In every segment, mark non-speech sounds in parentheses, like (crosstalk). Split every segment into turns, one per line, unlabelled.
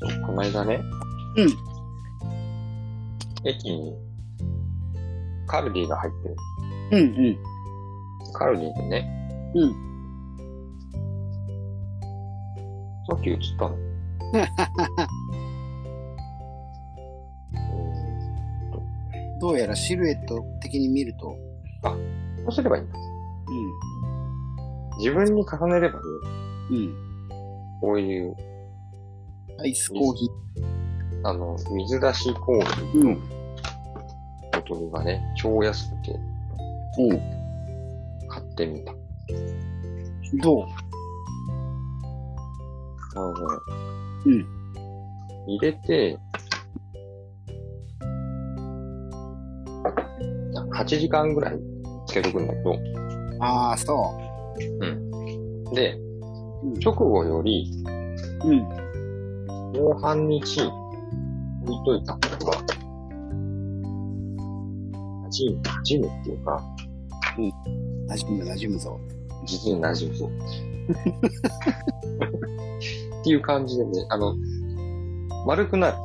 と、この間ね、
うん。
駅にカルディが入ってる。
うん
カルディでね、
うん。うん。
さっき映った
(laughs)
の。うん
どうやらシルエット的に見ると、
こうすればいいんだ。自分に重ねればね、
うん。うん。
こういう、
アイスコーヒ
あの、水出しコーヒ
ー。うん。
ーボトルがね、超安くて
うん。
買ってみた。
どう
あのね、
うん
入れて、8時間ぐらいつけとくんだけど、
ああ、そ
で、
う。うん。
直後より、
うん。
もう半日、置いといた方が、馴染む、馴染むっていうか、
馴染む、馴染むぞ。
実に馴染むそう。っていう感じでね、あの、丸くなる。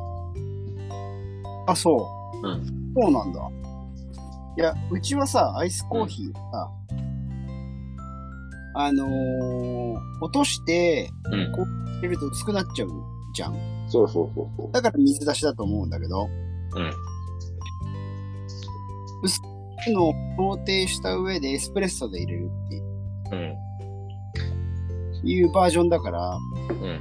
あ、そう。
うん。
そうなんだ。いや、うちはさ、アイスコーヒーさ、あのー、落として、
うん
こう入れると薄くなっちゃうじゃん。
そうそうそうそう。
だから水出しだと思うんだけ
う
ど、
ん。
薄くのを想定した上でエスプレッソで入れるっていう
うん。
いうバージョンだから、
うん。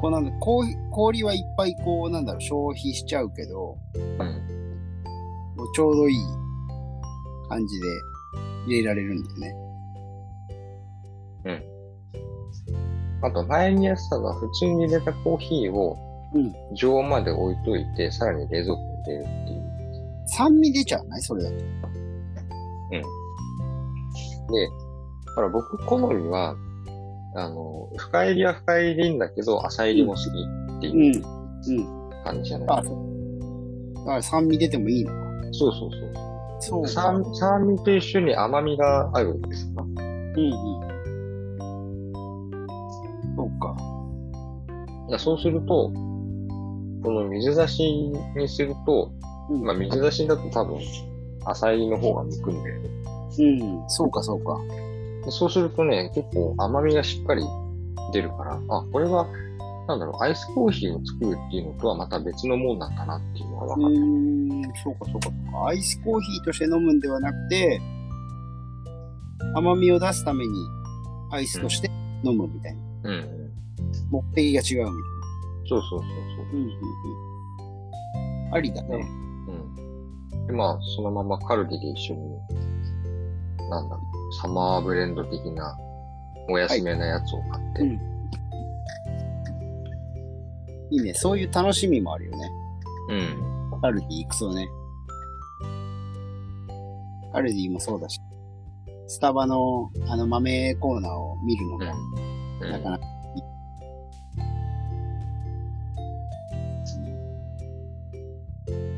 こうなんだ氷氷はいっぱいこうなんだろう消費しちゃうけど、
うん。
もうちょうどいい感じで入れられるんだよね。
あと、前にやってたのは、普通に入れたコーヒーを、
うん。
常温まで置いといて、さらに冷蔵庫に入れるっていう。
酸味出ちゃうないそれだと。
で、だから僕好みは、あの、深入りは深入りんだけど、浅入りも好きっていう
うん。
感じじゃない、
あ、そう。だから酸味出てもいいのか。
そうそうそう
そか
酸。酸味と一緒に甘みがあるんですか。
うんうん。そうか。
いやそうすると、この水出しにすると、
うん
まあ水出しだと多分、浅入りの方が向くんだよね。
うん。そうかそうか。
でそうするとね、結構甘みがしっかり出るから、あ、これは、なんだろう、アイスコーヒーを作るっていうのとはまた別のもんなんだなっていうのが
う
分かる。
ーん。そうかそうかそうか。アイスコーヒーとして飲むんではなくて、甘みを出すためにアイスとして飲むみたいな。
うん
目的が違うみたい
そ
な。
うそうそう
うんうんうん。ありだね。
そう。うん。で、まあ、そのままカルディで一緒に、なんだ、サマーブレンド的な、お安めなやつを買って、
はいいいね。そういう楽しみもあるよね。
うん。
カルディ行くそうね。カルディもそうだし。スタバのあの豆コーナーを見るの
う
が、
ん。う
なか
ん、
なかいい。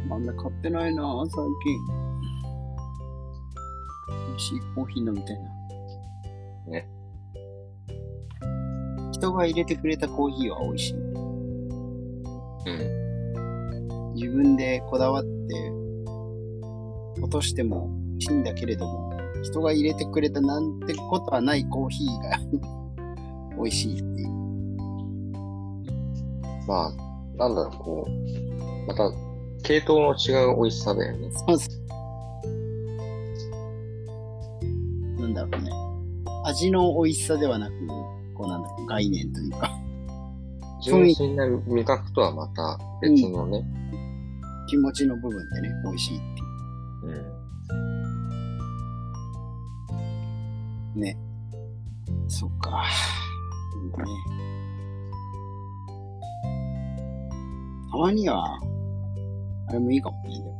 豆買ってないなぁ、最近。美味しいコーヒー飲みたいな。
ね。
人が入れてくれたコーヒーは美味しい。
うん。
自分でこだわって落としても美味しいんだけれども人が入れてくれたなんてことはないコーヒーが (laughs) 美味しいっていう。
まあ、なんだろう、こう、また、系統の違う美味しさだよね。
そうそうなんだろうね。味の美味しさではなく、こうなんだろう、概念というか、 (laughs)
純粋な味覚とはまた別のね、
気持ちの部分でね、美味しいってい
うん。
う。ね。そっか。ね。たまには、あれもいいかもね、でも。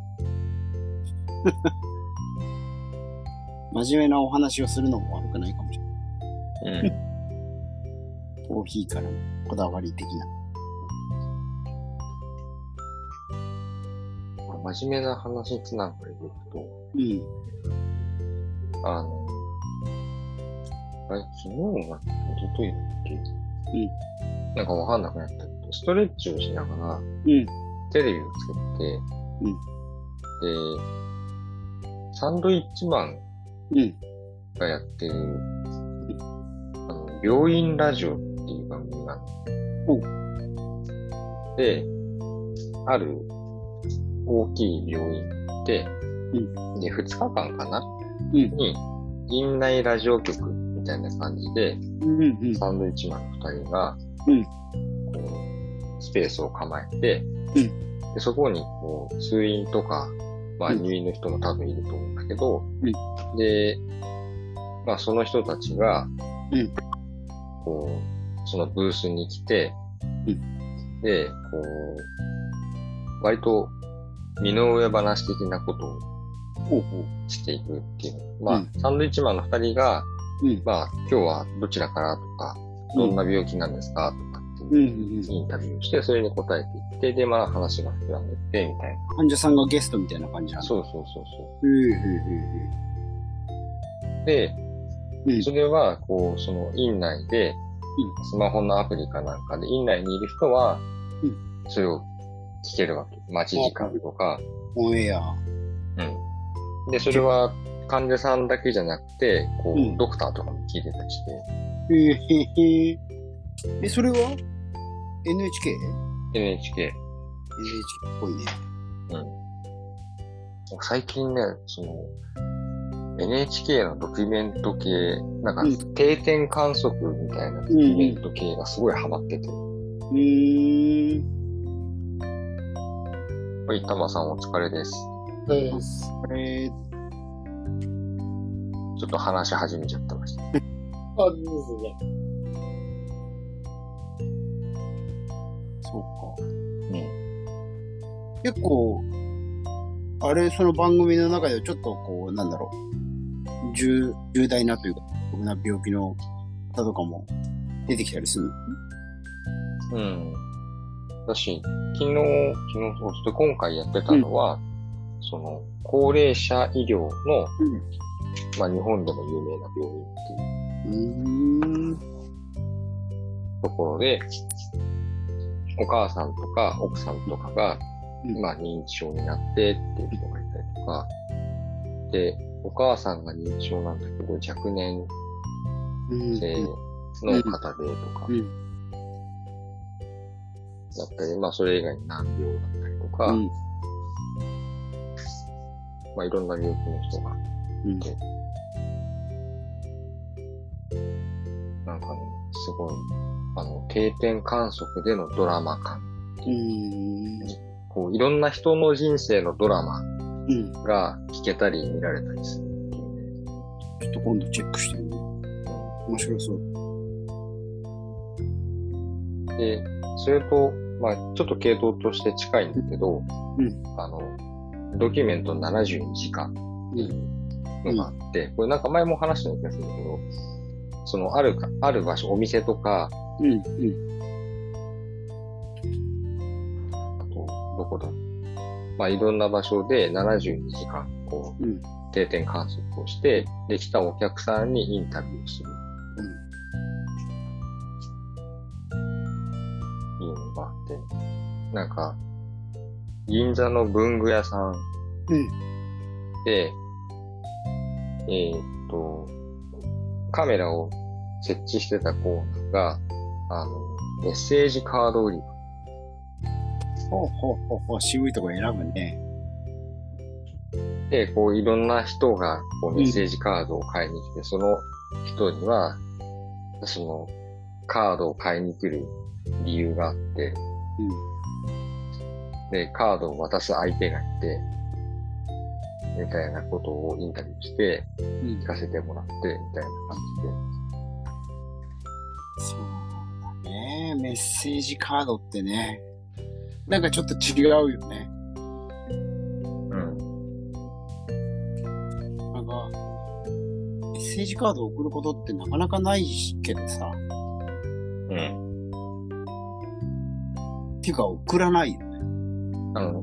(laughs) 真面目なお話をするのも悪くないかもしれな
うん。
い。コーヒーからのこだわり的な。
真面目な話つながりでいくと、
うん。
あの、あれ、昨日が、おとといだっけ
うん。
なんかわかんなくなったけど、ストレッチをしながら、
うん。
テレビをつけて、で、サンドイッチマン
うん。
がやってる、あの、病院ラジオっていう番組があって、で、ある大きい病院行って、で、2日間かな
うん。
に、院内ラジオ局みたいな感じで、
うん。うん。
サンドイッチマンの2人が、
うん
こうスペースを構えて、
う
でそこにこう通院とか、まあ、
うん
入院の人も多分いると思うんだけど、
う
で、まあ、その人たちが、
うん
こうそのブースに来て、
う
でこう割と身の上話的なことを
ほうほう。
していくっていう。まあ、
うん
サンドイッチマンの二人が、
うん
まあ、今日はどちらからとか、どんな病気なんですかとかって
うん。う。
いうんインタビューをして、それに答えていって、で、まあ話が膨らんでって、みたい
患者さんがゲストみたいな感じな
な。
の
そうそうそうそ
うん。うん。
う。で、
うん。うん。
それは、こう、その院内で、スマホのアプリかなんかで、院内にいる人は
う、
それを聞けるわけ。待ち時間とか。
オンエア。
うん。で、それは患者さんだけじゃなくて、こ
うん
う、ドクターとかも聞いてたりして、
へえへへ。え、それは ?NHK?NHK
NHK。
っぽいね。
最近ね、その、NHK のドキュメント系、なんか
うん、
定点観測みたいなドキュメント系がすごいハマってて、
うーん。
はい、タマさんお疲れです。
えー、
ちょっと話し始めちゃってました。
あ、ですね。
そうか。
うん。
結構、あれ、その番組の中ではちょっとこう、なんだろう。重、重大なというか、僕な病気の方とかも出てきたりする。
うん。だし、昨日、昨日、そして今回やってたのは、その、高齢者医療の、
うん
まあ、日本でも有名な病院っていう
うーん。
ところで、お母さんとか奥さんとかが、
うん
まあ認知症になってっていう人がいたりとか、で、お母さんが認知症なんだけど、若年
うん。
性の方でとか
うんう、
だったり、まあそれ以外に難病だったりとか、
うん。
まあいろんな病気の人が、
うん。
なんかね、すごい、あの、定点観測でのドラマ感、
うん。
こういろんな人の人生のドラマ
うん。
が聞けたり見られたりするっていうね。
ちょっと今度チェックしてみよう。面白そう。
で、それと、まあ、ちょっと系統として近いんだけど、
うん
あの、ドキュメント72時間っていうのがあって、これなんか前も話したような気がするんだけど、その、あるか、ある場所、お店とか、
うん。うん。
あと、どこだまあ、いろんな場所で72時間、こう、
うん
定点観測をして、できたお客さんにインタビューする。いうのがあって、なんか、銀座の文具屋さん
うん
で、えーっと、カメラを設置してたコーナーが、あの、メッセージカード売り場。
ほうほうほうほう、渋いとこ選ぶね。
で、こういろんな人がこう
うん
メッセージカードを買いに来て、その人には、そのカードを買いに来る理由があって、で、カードを渡す相手がいて、みたいなことをインタビューして、
うん。うん
聞。かせてもらって、みたいな感
そうだね。メッセージカードってね。なんかちょっと違うよ
じで。
ね。
うん。
なんか、メッセージカードを送ることってなかなかないけどさ。っ
うん。
ていうか送らないよね。
あの、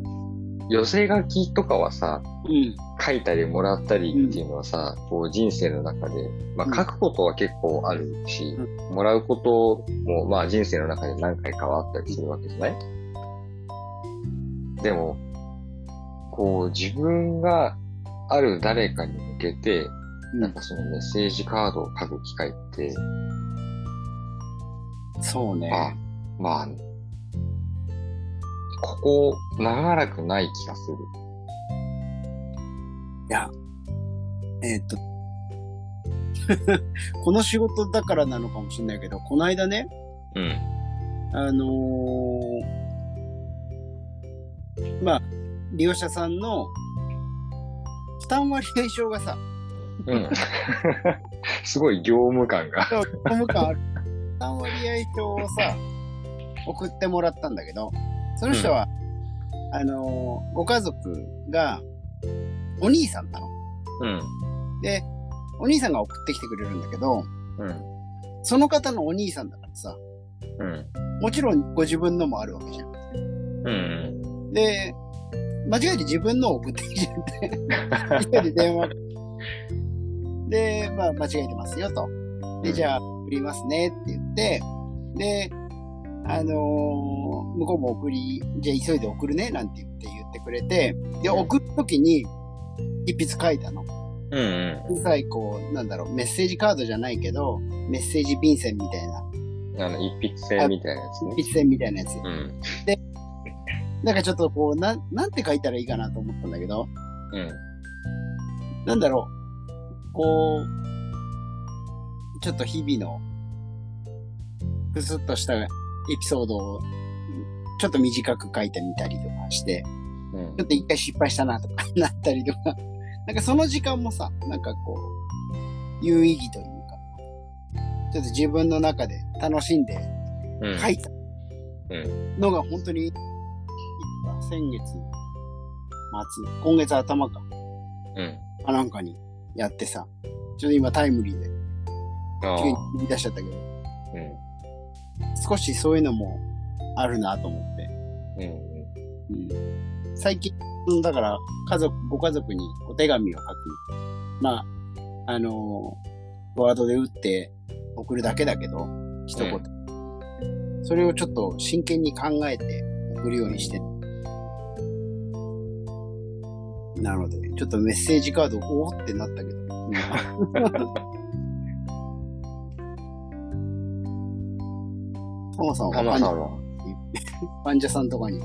寄せ書きとかはさ、
うん。
書いたりもらったりっていうのはさ、こう人生の中で、ま
うん
あ書くことは結構あるし、もらうこともまあ人生の中で何回かはあったりするわけじゃないでも、こう自分がある誰かに向けて、なんかそのメッセージカードを書く機会って、
そうね。
まあ、まあ、ここ長らくない気がする。
いや、えーっと、 (laughs) この仕事だからなのかもしれないけど、この間ね、
うん。
あのーまあ、利用者さんの負担割合証がさ、
(laughs) うん。すごい業務感が。
そう業務感ある。負担割合表をさ、送ってもらったんだけど、その人は、あのーご家族が、お兄さんなの。
うん。
で、お兄さんが送ってきてくれるんだけど、
うん。
その方のお兄さんだからさ、
うん。
もちろんご自分のもあるわけじゃ
う
ん。
ん。
で、間違えて自分のを送ってきちゃって、一人で電話。で、まあ、間違えてますよと。で、じゃあ、送りますねって言って、で、あのー向こうも送り、じゃあ急いで送るねなんて言って言ってくれて、で、
うん
送るときに、一筆書いたの。
うん。う
小さい、こう、なんだろう、メッセージカードじゃないけど、メッセージ便箋みたいな、
ん。あの、一筆性みたいなやつね。
便箋みたいなやつ。
うん。
なんかちょっとこう、なん、なんて書いたらいいかなと思ったんだけど、
うん。
なんだろう、こう、ちょっと日々の、ふすっとしたエピソードを、ちょっと短く書いてみたりとかして、
うん
ちょっと一回失敗したなとか (laughs) なったりとか、なんかその時間もさ、なんかこう、有意義というか、ちょっと自分の中で楽しんで
うん。
書いた
うん。
のが本当に、先月末、今月頭か、
うん。
かなんかにやってさ、ちょっと今タイムリーで
ああ
急に言い出しちゃったけど、
うん。
少しそういうのもあるなと思って。
うん。
うん、最近、だから、家族、ご家族にお手紙を書く。まあ、あのーワードで打って送るだけだけど、一言。それをちょっと真剣に考えて送るようにして。なので、ちょっとメッセージカード、おおってなった
(laughs)
けど。タマさん
タマ
は
さん
患
は、
患者さんとかに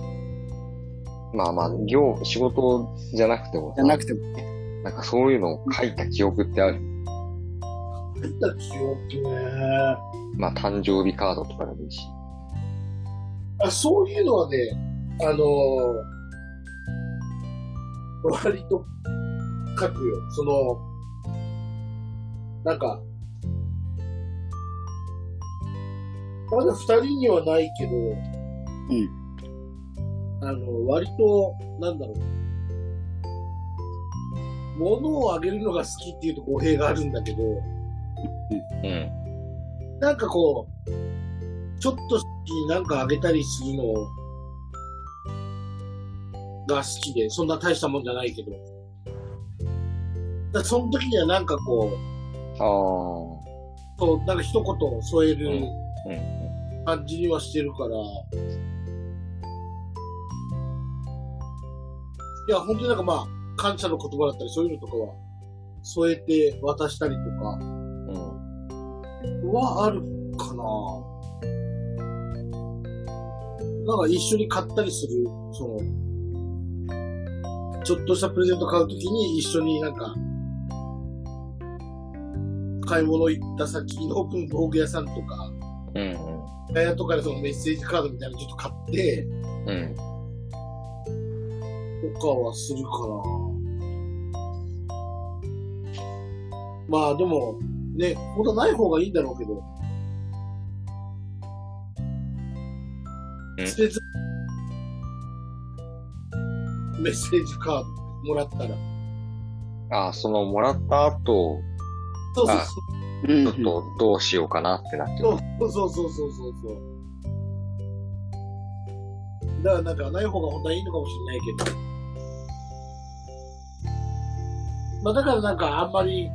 まあまあ、業、仕事じゃなくても
じ
さ
ゃ、なくてもね、
なんかそういうのを書いた記憶ってある。
入った記憶ね。
まあ、誕生日カードとかでもいいし。
あそういうのはね、あのー割と書くよ。その、なんか、まだ二人にはないけど、あの、割と、なんだろう。物をあげるのが好きっていうと語弊があるんだけど、
うん。
なんかこう、ちょっと好きなんかあげたりするのが好きで、そんな大したもんじゃないけど。だからその時にはなんかこう、
ああ。
そうなんか一言添える
うん。
感じにはしてるから。いや、本当になんかまあ、感謝の言葉だったりそういうのとかは、添えて渡したりとか
うん。
はあるかななんか一緒に買ったりする、その、ちょっとしたプレゼント買うときに一緒になんか、買い物行った先の道具屋さんとか、
うん。
ガヤとかでそのメッセージカードみたいなのちょっと買って、
うん。
とかはするかなまあでも、ね、本当はない方がいいんだろうけど
う。ん
捨てず、メッセージカードもらったら。
ああ、その、もらった後、
そうそう
あ
うん
ちょっとどうしようかなってなっちゃう。
そう。そうそうそうそうそうそう。だからなんかない方が本当はいいのかもしれないけど。まあ、だからなんかあんまり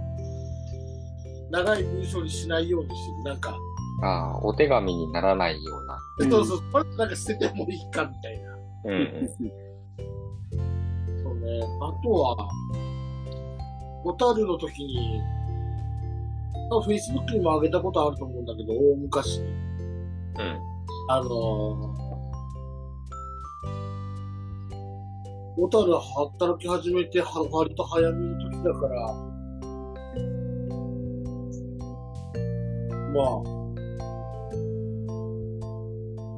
長い文章にしないようにしてる。なんか、
ああ、お手紙にならないような。
うん
そうそう、これなんか捨ててもいいかみたいな。
うん
そうね。あとは、小樽の時に、多分 Facebook にも上げたことあると思うんだけど、大昔に。
うん。うん。
あのー、小樽働き始めて、は割と早めの時だから、まあ、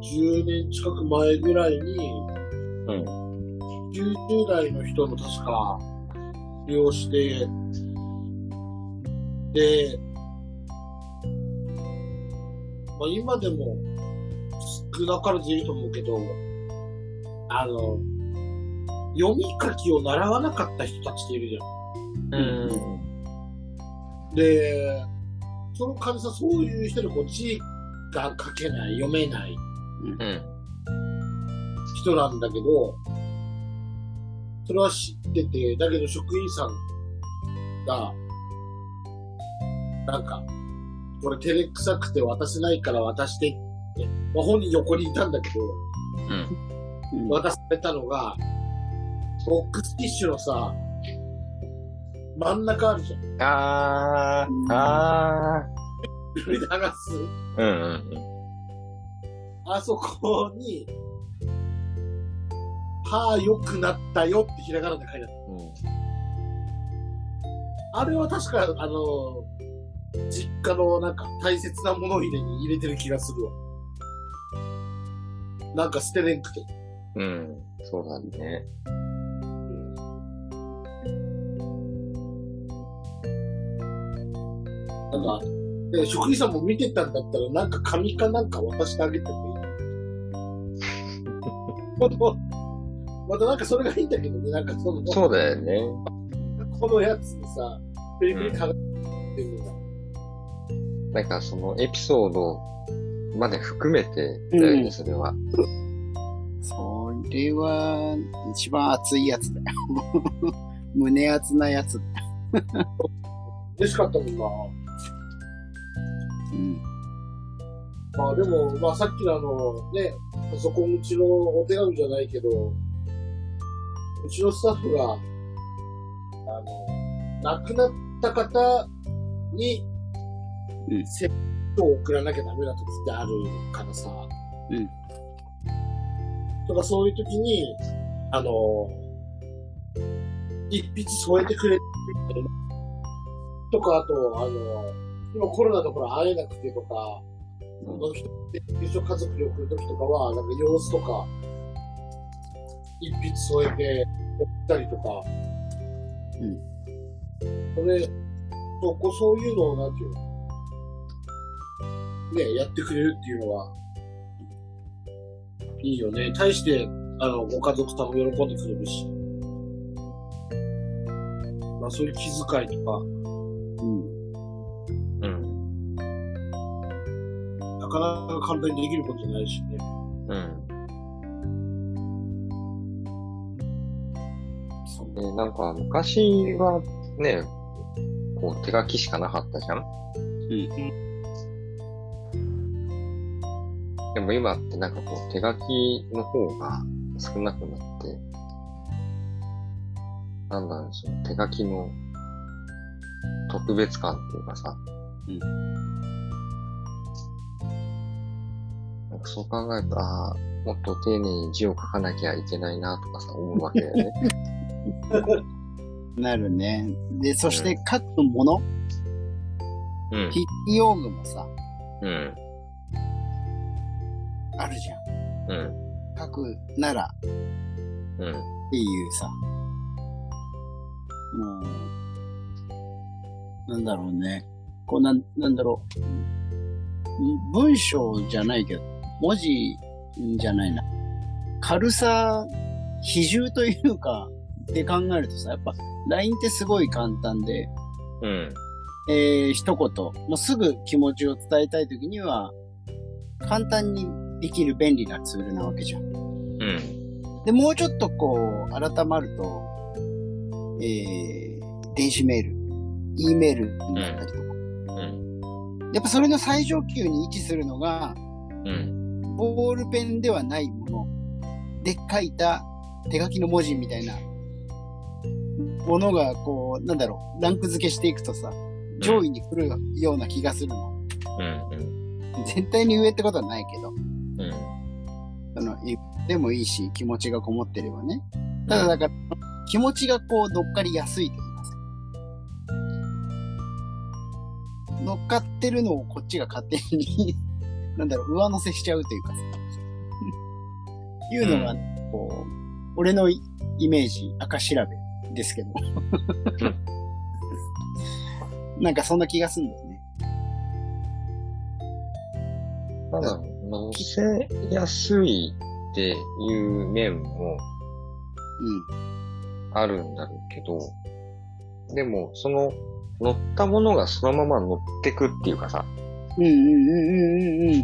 10年近く前ぐらいに、
うん。
90代の人の確か、利用して、で、まあ、今でも少なからずいると思うけど、あの、読み書きを習わなかった人たちっているじゃん。
うん。
で、その患者さん、そういう人にこう字が書けない、読めない
うん。
人なんだけど、それは知ってて、だけど職員さんが、なんか、これ照れくさくて渡せないから渡してって、まあ、本人横にいたんだけど、
うん
渡されたのが、ボックスティッシュのさ、真ん中あるじゃん。
ああ、ああ。
流す。
うんうん
あそこに、歯良くなったよってひらがなで書いてあった。
うん。うん
あれは確か、あの、実家のなんか大切なもの入れに入れてる気がするわ。なんか捨てれんくて。
うん。そうだね。
なんか、で職員さんも見てたんだったら、なんか紙かなんか渡してあげてもいい。 (laughs) このまたなんかそれがいいんだけどね、なんかその、
そうだよね。
このやつにさ、ペリペリかがっていうのが。
なんかそのエピソードまで含めてだよね、
うん
それは。
それは、一番熱いやつだよ。 (laughs) 胸熱なやつ。
嬉しかったも
う
ん
ん。
な。まあでも、まあさっきのあの、ね、パソコンうちのお手紙じゃないけど、うちのスタッフが、あの、亡くなった方に
うん、
セットを送らなきゃダメな時ってあるからさ。
うん。
とかそういう時に、あの、一筆添えてくれてるとか、あと、あの、今コロナだから会えなくてとか、その人って、優勝家族に送る時とかは、なんか様子とか、一筆添えて送ったりとか、
うん。
それ、そうこうそういうのを、なんていうの、ね、やってくれるっていうのは、いいよね。対して、あの、ご家族さんも喜んでくれるし。まあ、そういう気遣いとか、
うん。
うん。
なかなか簡単にできることじゃないしね。
うん。
そう
で、なんか昔はね、こう手書きしかなかったじゃんでも今ってなんかこう手書きの方が少なくなって、なんなんでしょう、手書きの特別感っていうかさ、
うん
なんかそう考えると、ああ、もっと丁寧に字を書かなきゃいけないなとかさ、思うわけだよ
(laughs)
ね。
なるね。で、そして書くもの、
うん。
筆記用具もさ、
うん。
あるじゃ
うん。
ん。書くならっ
うん。
ていうさ、もう、なんだろうね。こうなん、なんだろう。うん文章じゃないけど、文字じゃないな。軽さ、比重というか、って考えるとさ、やっぱ LINE ってすごい簡単で、
うん。
えー一言、もうすぐ気持ちを伝えたいときには、簡単にできる便利なツールなわけじゃん。
うん。
で、もうちょっとこう、改まると、えー電子メール、E メールだったりとか。
うん。
やっぱそれの最上級に位置するのが、
うん。
ボールペンではないもので書いた手書きの文字みたいなものが、こう、なんだろう、ランク付けしていくとさ、上位に来るような気がするの。
うん。うん。
絶対に上ってことはないけど、
うん。
その、いでもいいし、気持ちがこもってればね。ただだから、気持ちがこう、乗っかりやすいと言いますか。乗っかってるのをこっちが勝手に、 (laughs) なんだろう、上乗せしちゃうというかさ。いうのが、こう、俺のイメージ、赤調べですけど。 (laughs) なんかそんな気がすんだよね。
ただ、乗せやすいっていう面もあるんだろうけど、でも、その、乗ったものがそのまま乗ってくっていうかさ、
うん。うんうんうんうんうんうん。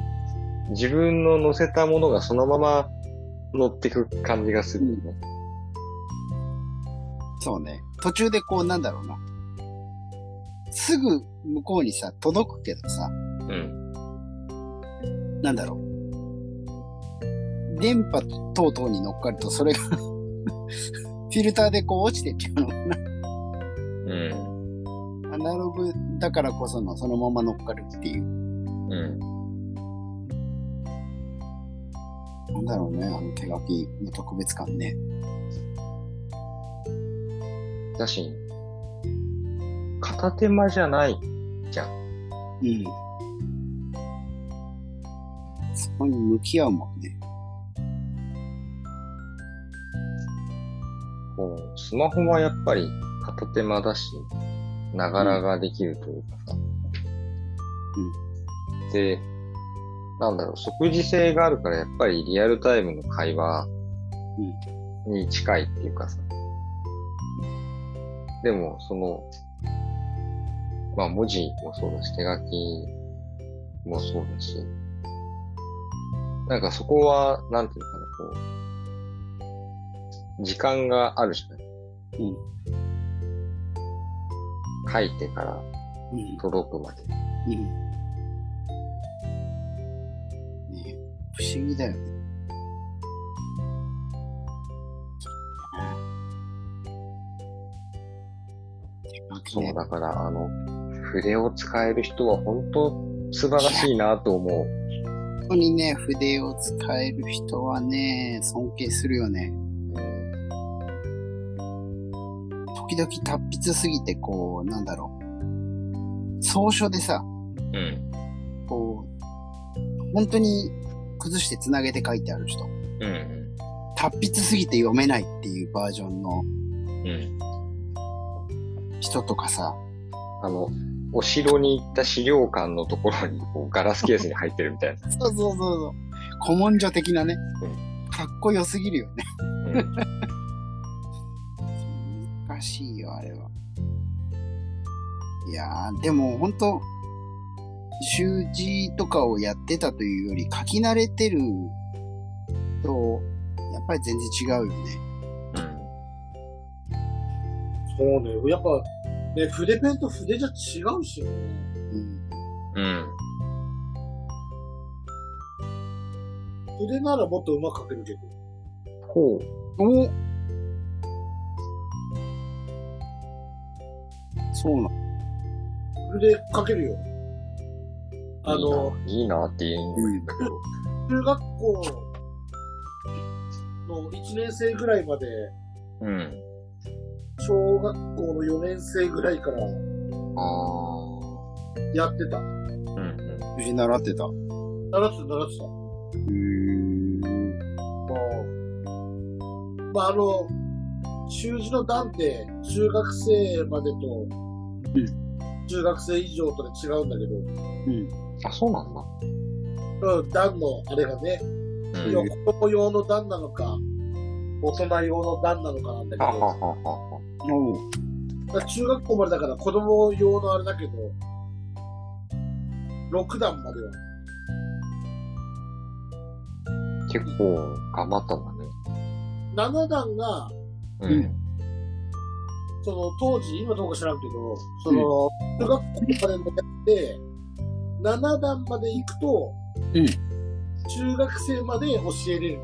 自分の乗せたものがそのまま乗ってく感じがするよね。
そうね。途中でこう、なんだろうな。すぐ向こうにさ、届くけど
う
さ、
ん。
なんだろう。電波等々に乗っかると、それが、 (laughs) フィルターでこう落ちてっちゃうのかな。
う
アナログだからこその、そのまま乗っかるっていう。
ん。うん。
なんだろうね、あの手書きの特別感ね。
だし、片手間じゃない。
うん。そこに向き合うもんね。
こう、スマホはやっぱり片手間だし、ながらができるというかさ。で、なんだろう、即時性があるからやっぱりリアルタイムの会話に近いっていうかさ。でも、その、まあ文字もそうだし、手書きもそうだし、なんかそこは、なんていうのかな、こう、時間があるじゃない。
うん。
書いてから
うん。
届くまで。
うん。ねえ不思議だよね。手書き
そう、
ね。
だから、あの、筆を使える人は本当素晴らしいなと思う。
本当にね、筆を使える人はね、尊敬するよね。
うん
時々達筆すぎて、こう、なんだろう。草書でさ、
うん。
こう、本当に崩して繋げて書いてある人。
うん。
達筆すぎて読めないっていうバージョンの
うん。
人とかさ、
あの、お城に行った資料館のところにこうガラスケースに入ってるみたいな。
そうそうそうそう。古文書的なね
う。
かっこよすぎるよね。
(laughs) うん
難しいよ、あれは。いやー、でも本当習字とかをやってたというより、書き慣れてると、やっぱり全然違うよね。
そうね。やっぱ、ね、筆ペンと筆じゃ違うしね。
うん。
うん。
筆ならもっとうまく書けるけど。
ほう。
おそうなの。
筆書けるよ。あの、
いいな、いいなって言えんだけど。
中学校の1年生ぐらいまで、
うん。
小学校の4年生ぐらいから
あ
やってた。
あ。うん。
習字習ってた。う
習ってた、習ってた。
ーん。
まあ、あの、習字の段って中学生までと、中学生以上とで違うんだけど
うん。
あ、そうなんだ。、
うん段のあれがね、
う
要
ん。
は子供用の段なのか、大人用の段なのかなんだ
はは
けど、
ははは。
おう。
だから中学校までだから子供用のあれだけど、6段までは。
結構頑張ったんだね。
7段が
うん。
その当時、今どうか知らんけど、その、中学校までのやって、7段まで行くと、
うん
中学生まで教えれる。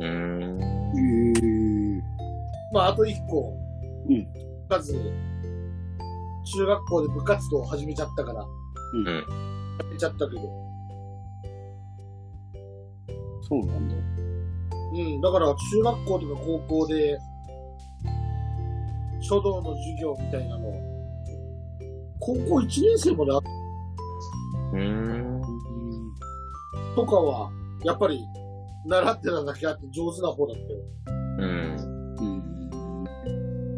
うーん。
うん。
まあ、あと1個、
うん
部活、中学校で部活動を始めちゃったから、
ん
始めちゃったけど、
そうなんだ。
うん、だから中学校とか高校で、書道の授業みたいなの、高校1年生まであっ
うーん。
とかは、やっぱり、習ってただけあって上手な方だったよ。
うん。
うん。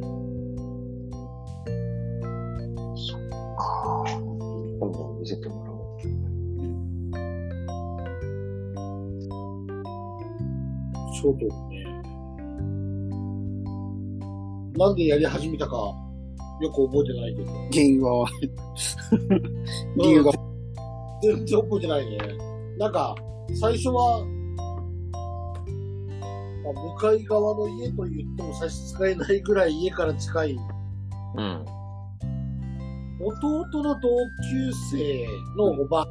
今度見せてもらお
書道ね。なんでやり始めたか、よく覚えてないけ
原因 (laughs)
ど。
は、理由が、
全然覚えてないね。なんか、最初は、まあ、向かい側の家と言っても差し支えないぐらい家から近い、
う。うん。
弟の同級生のおば、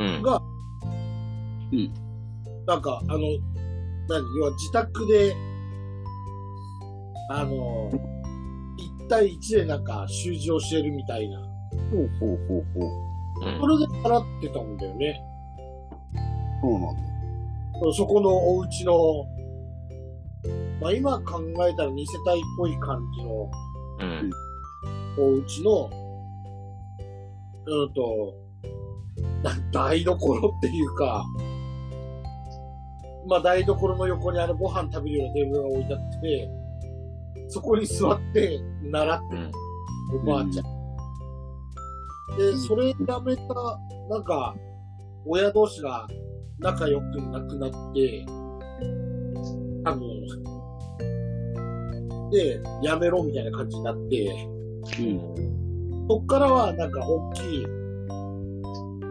うん。
なんか、あの、何要は自宅で、あの、1対1でなんか習字を教えるみたいな。
ほうほうほうほう。
それで習ってたんだよね。
そうなんだ。
そこのお家の、まあ今考えたら2世帯っぽい感じの
うん。
お家の、うんと、な台所っていうか、まあ台所の横にあのご飯食べるようなテーブルが置いてあって、そこに座って習って
うん。
おばあちゃん。で、それやめた、なんか、親同士が仲良くなくなって、多分、で、やめろみたいな感じになって、
うん。
そっからはなんか大きい、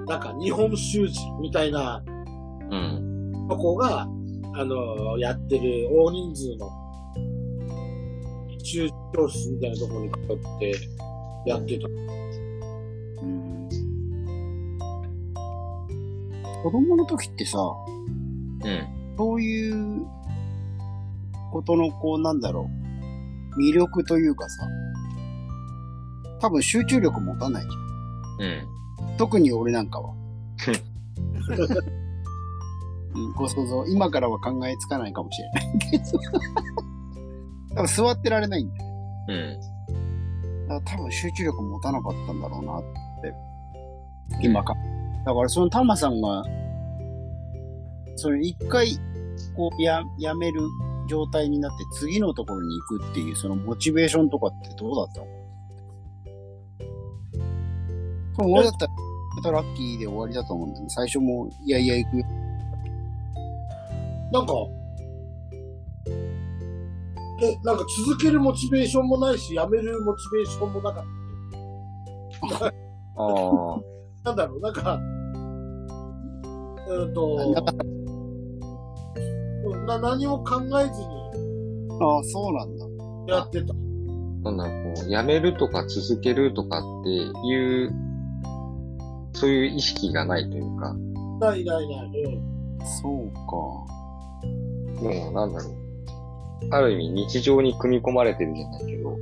なんか日本習字みたいな
うん。
とこが、あの、やってる大人数の中教室みたいなところに通ってやってた。
うん子供の時ってさ、
うん。
そういうことのこうなんだろう、魅力というかさ、多分集中力持たないじ
うん。
ゃん。特に俺なんか (laughs) は。うんご想像、今からは考えつかないかもしれないけど、多分座ってられないんだよ。
うん。
だから多分集中力持たなかったんだろうなって、今か。だからそのタマさんが、それ一回、こう、や、やめる状態になって次のところに行くっていう、そのモチベーションとかってどうだったのこれ俺だったら、またラッキーで終わりだと思うんだけど、最初も、いやいや行くよ。
なんか、え、なんか続けるモチベーションもないし、やめるモチベーションもなかっ
ああ。
た。なんだろう、なんか、うんと、な何も考えずに
ああ、そうなんだ。
やってた。
なんだろう、こう、やめるとか続けるとかっていう、そういう意識がないというか、
ないないない。うん
そうか。
もうなんだろう。ある意味日常に組み込まれてるじゃないけど、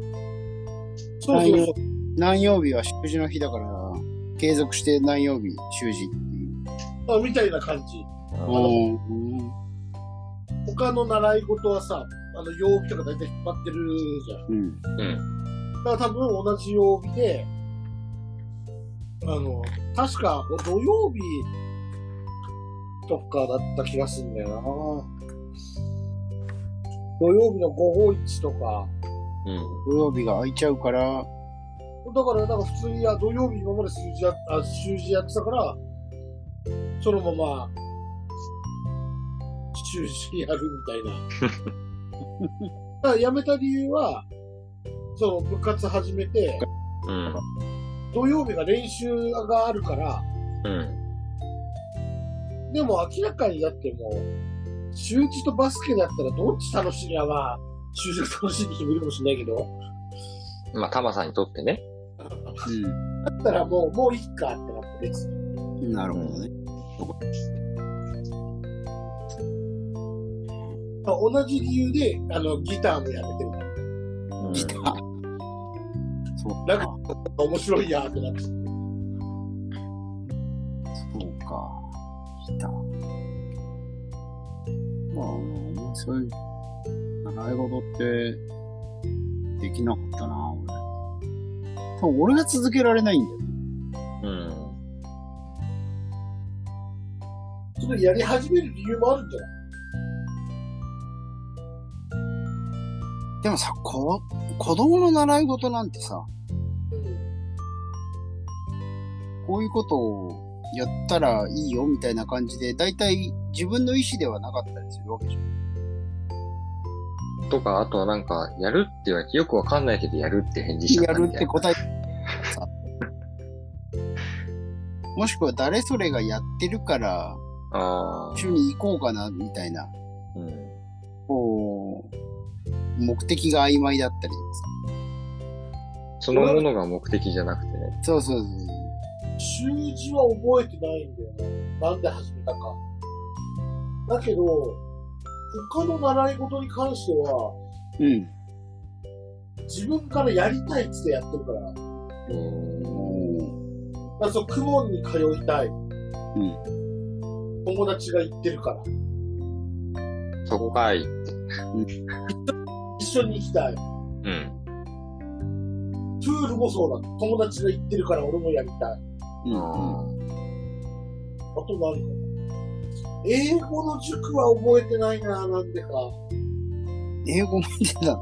そうそうそう。
何曜日は祝辞の日だから、継続して何曜日、習字っていう。
あみたいな感じ。
おー
他の習い事はさ、あの、曜日とか大体引っ張ってるじゃん。
うん。
うん。
だから多分同じ曜日で、あの、確か土曜日とかだった気がするんだよな。土曜日の午後1とか、
うん。
土曜日が空いちゃうから、
だからなんか普通にあ土曜日今まで数字やあ習字やってたから、そのまま、習字やるみたいな。だから辞めた理由は、その部活始めて、
うん。
土曜日が練習があるから、
うん。
でも明らかにだってもう、習字とバスケだったらどっち楽しみやまあ、就職楽しい人もいるかもしれないけど、
まあ、タマさんにとってね。
だったらもう、もういいかってなって、別に。
うん。なるほどね。
まあ同じ理由で、あの、ギターもやめてるから、
うん
ギター。そう
なんか、面白いやーってなって。
そうか。ギター。まあ、面白い。習い事って、できなかったな、俺。多分俺が続けられないんだよ。
うん。
それやり始める理由もあるんじゃない
でもさ、こ、子供の習い事なんてさ、こういうことをやったらいいよみたいな感じで、だいたい自分の意思ではなかったりするわけじゃん。
とか、あとはなんか、やるって言われて、よくわかんないけど、やるって返事しちゃ
(laughs) や
ったみ
る
たいな。
って答えさ。もしくは誰それがやってるから、
ああ。
一緒に行こうかな、みたいな。
うん。
こう、目的が曖昧だったりとか
そのものが目的じゃなくてね。
さ。そうそうそう。
習字は覚えてないんだよな。なんで始めたか。だけど、他の習い事に関しては、
うん。
自分からやりたいっつってやってるから。だか
うん。
お
らそう、クモンに通いたい。
ん
友達が行ってるから。
そこかい。
一緒に行きたい。プ
うん。
ールもそうだ。友達が行ってるから俺もやりたい。あ
ーうん。
あ
と何かな。英語の塾は覚えてないな、なんでか。
英語も出てたんだ。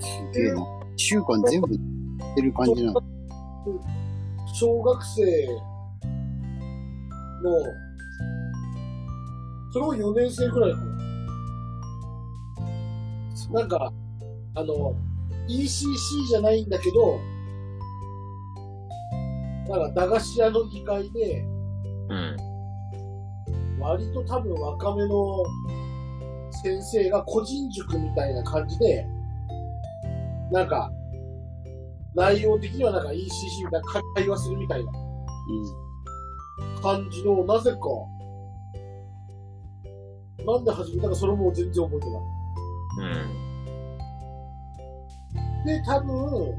すげえな。一週間全部やってる感じなの。
小学生の、それも4年生くらいかな。
そう
なんか、あの、ECC じゃないんだけど、なんか駄菓子屋の議会で、
うん。
割と多分若めの先生が個人塾みたいな感じで、なんか、内容的にはなんか ECC みたいな会話するみたいな感じの、なぜか、なんで始めたかそれも全然覚えてない。
うん。
で、多分、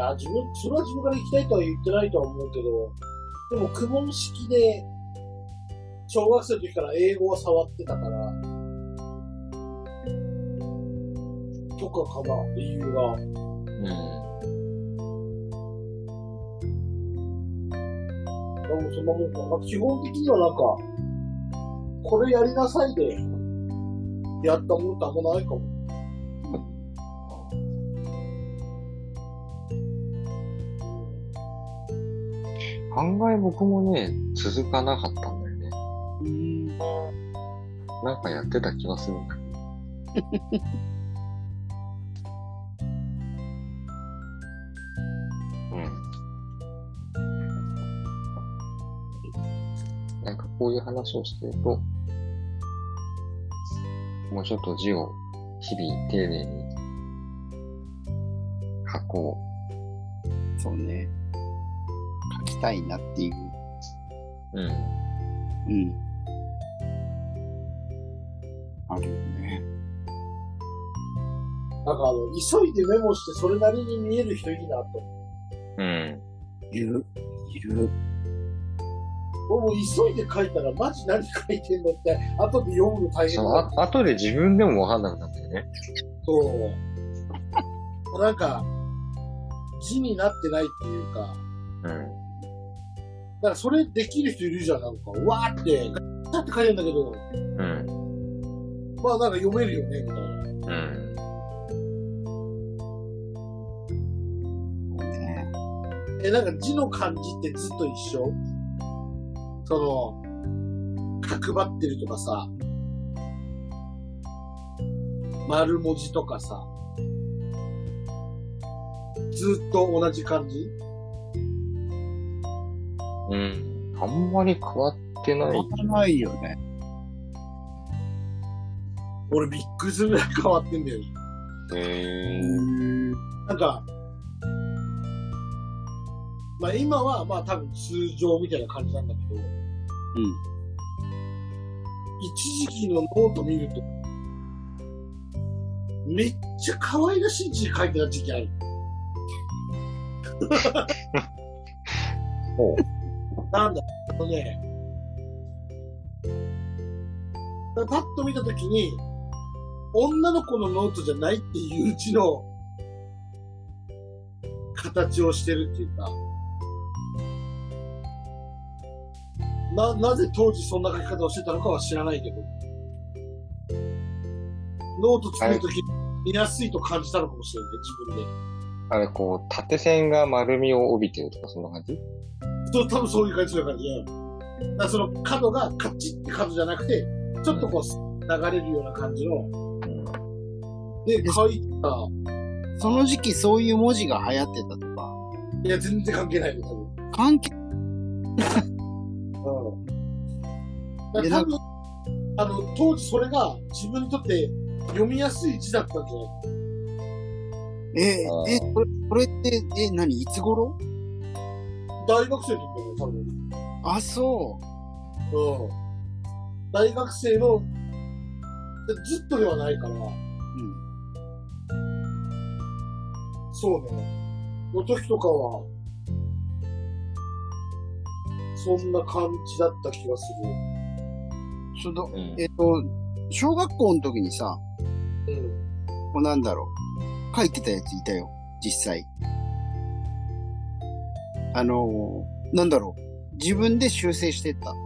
あ自分、それは自分から行きたいとは言ってないとは思うけど、でも、苦問式で、小学生の時から英語は触ってたから、とかかな、理由が。
うん。
でもそんなもんか。なんか基本的にはなんか、これやりなさいで、やったものってあんまないかも。
案外僕もね、続かなかったんだよね。
うん。
なんかやってた気がするんだけど。うん。なんかこういう話をしてると、もうちょっと字を日々丁寧に書こ
そうね。書きたいなっていう。
う。うん。
うん。あるよね。
なんかあの、急いでメモしてそれなりに見える人いいなと。
うん。
いる。いる。
俺も急いで書いたらマジ何書いてんのって、後で読むの大変
そ
だ
う、あ、後で自分でもわかんなくなったよね。
そう。なんか、字になってないっていうか、
うん。
だからそれできる人いるじゃん、なんか、うわーって、ガッて書いてんだけど、
うん。
まあなんか読めるよね、みたいな。
うん。
ね。
え、なんか字の感じってずっと一緒その、角張ってるとかさ、丸文字とかさ、ずっと同じ感じ
うん。あんまり変わってない。
変わらないよね。
俺びっくりするぐらい変わってんだよね。
へー
ん。
なんか、まあ今はまあ多分通常みたいな感じなんだけど、一時期のノート見ると、めっちゃ可愛らしい字書いてた時期ある。
ほ
なんだ、あのね、だからパッと見たときに、女の子のノートじゃないっていう字の形をしてるっていうか、な、なぜ当時そんな書き方をしてたのかは知らないけど、ノート作るとき、見やすいと感じたのかもしれない、自
あれ、こう、縦線が丸みを帯びてるとか、そんな感じ
分で。そう、多分そういう感じだからね。だからその角がカチッって角じゃなくて、ちょっとこう、流れるような感じの、
うん。
で、
で
書いた、
その時期そういう文字が流行ってたとか、
いや、全然関係ないよ、多分。
関係、
うん。
で
だから多分、あの、当時それが自分にとって読みやすい字だったんじゃない
え、え
あ、ー
え、これ、これって、え、何いつ頃
大学生の時だよね、
あ、そう。
多分。うん。大学生の、でずっとではないか
う
ら、
ん。
そうね。の時とかは、そんな感じだった気がす
その、
うん
えっと、小学校の時にさ、
る。うん。
こうなんだろう。書いてたやついたよ、実際。あのー、なんだろう。自分で修正してった。
ああ。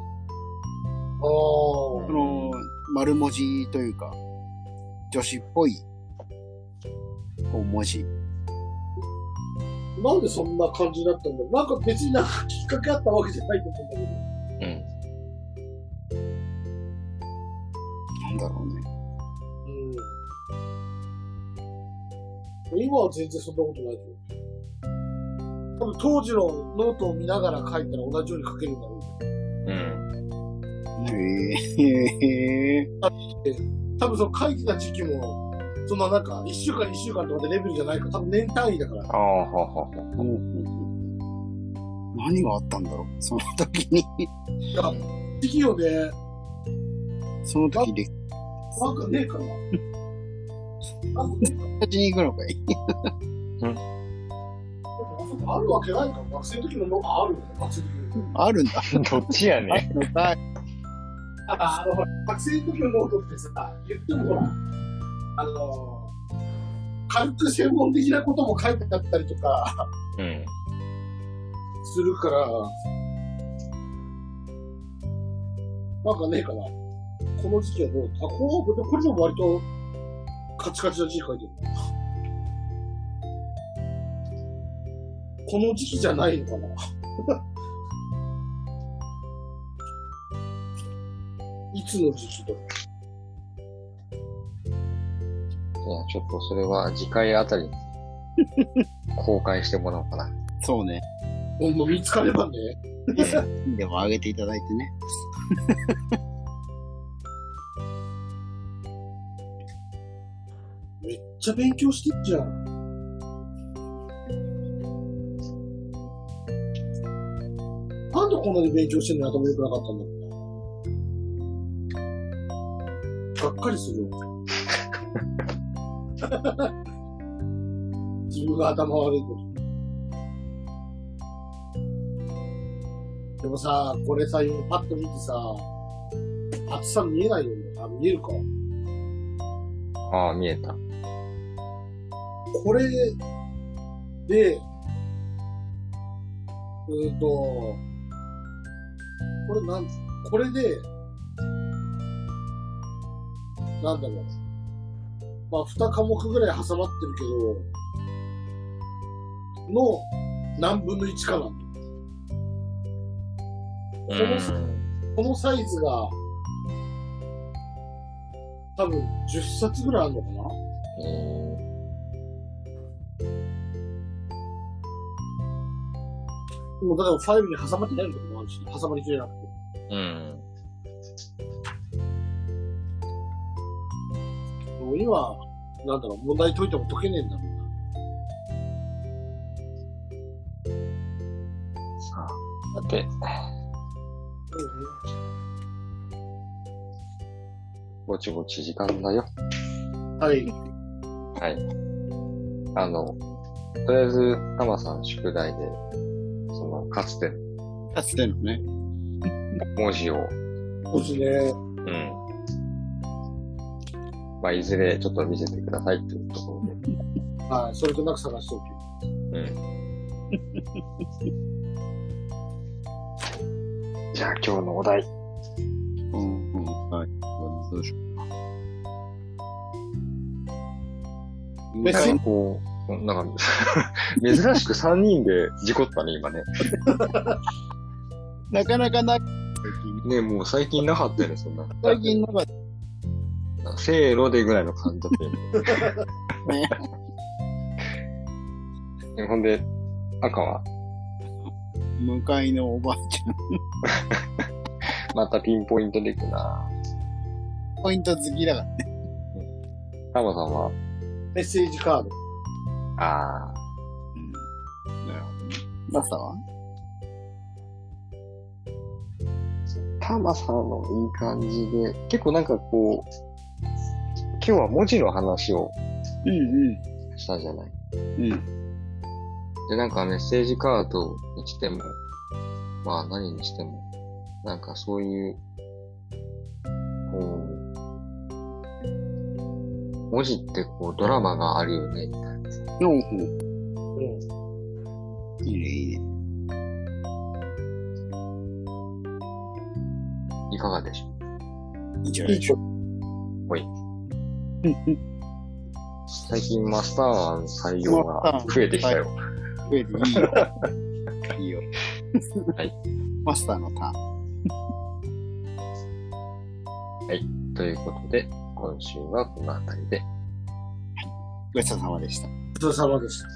その、丸文字というか、女子っぽい、こう、文字。
なんでそんな感じになったんだろうなんか別になんかきっかけあったわけじゃないと思うんだけ
う
ど。
ん。
なんだろうね。
うん。今は全然そんなことないけど。多分当時のノートを見ながら書いたら同じように書けるんだろう
うん。
へえ。
けど。多分その書いてた時期も、そのなんか一週間一週間とかでレベルじゃないから、多分年単位だから。
ああ、はあはあはあ。
何があったんだろう。その時に、
時期をね、
その時で、
なんかねえかな。なんかねえかな
形に行くのかい。
あそこあるわけないから、学生の時のノートあるよ、学生の時の。
あるんだ。
(laughs) どっちやね
あ
ああの、ほら学生の時のノートってさ、言ってもほら、あの、軽く専門的なことも書いてあったりとか
うん。
するから、なんかねえかな。この時期はどうあ、こう、これでも割とカチカチな字書いてる。この時期じゃないのかな。 (laughs) いつの時期だ
いや、ちょっとそれは次回あたりに公開してもらおうかな。
そうね。
ほんま見つかればね。
でも上げていただいてね。
めっちゃ勉強してんじゃん。なんでこんなに勉強してんのに頭良くなかったんだろうな。がっかりするよ。自分が頭悪いのに。でもさ、これさ、今パッと見てさ、厚さ見えないよね。あ、見えるか。
ああ、見えた。
これで、うーんと、これなん、これで、なんだろう。まあ、二科目ぐらい挟まってるけど、の何分の1かな。
う
この
ん。
このサイズが、多分10冊ぐらいあるのかな
え
もうだからファイルに挟まってないのかもあるし、挟まりきれなくて。
ーうん。
う今、なんだろう、問題解いても解けねえんだろうな。
さあ、だって、ぼちぼち時間だよ。
はい。
あの、とりあえず、タマさん宿題で、その、かつての
かつてのね。
文字を、
そうですね。
うん。まあ、いずれちょっと見せてくださいっていうところで。
はい。それとなく探しておき。
じゃあ今日のお題。
うん、うん、はい。どうしよう。
別に
こう、なんか、珍しく3人で事故ったね、今ね。
なかなかな、
ね、もう最近なかったよね、そんな。
最近なかった
せーのでぐらいの感じだったよ (laughs) ね。ねほんで、赤は
向かいのおばあちゃ
またピンポイントでいくな。
ん、ポイント好きだから。
タマさんは
メッセージカード。
ああ、
うん。なるほどね。マサは
タマさんのいい感じで、結構なんかこう、今日は文字の話を
うん
したじゃない。
うん。うん。
で、なんかメッセージカードにしても、まあ何にしても、なんかそういう、こう、文字ってこうドラマがあるよね、みたいな。
うんうん。
うん。
いいね、いいね。
いかがでしょ
いいじゃ
いいちょ
うほい。
うんうん。
最近マスターアン採用が増えてきたよ。
増えていいよ。いいよ。
はい。
マスターのターン。
ということで、今週はこの辺りで。
ごちそうさまでした。
ごちそうさまでした。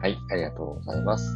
はい、ありがとうございます。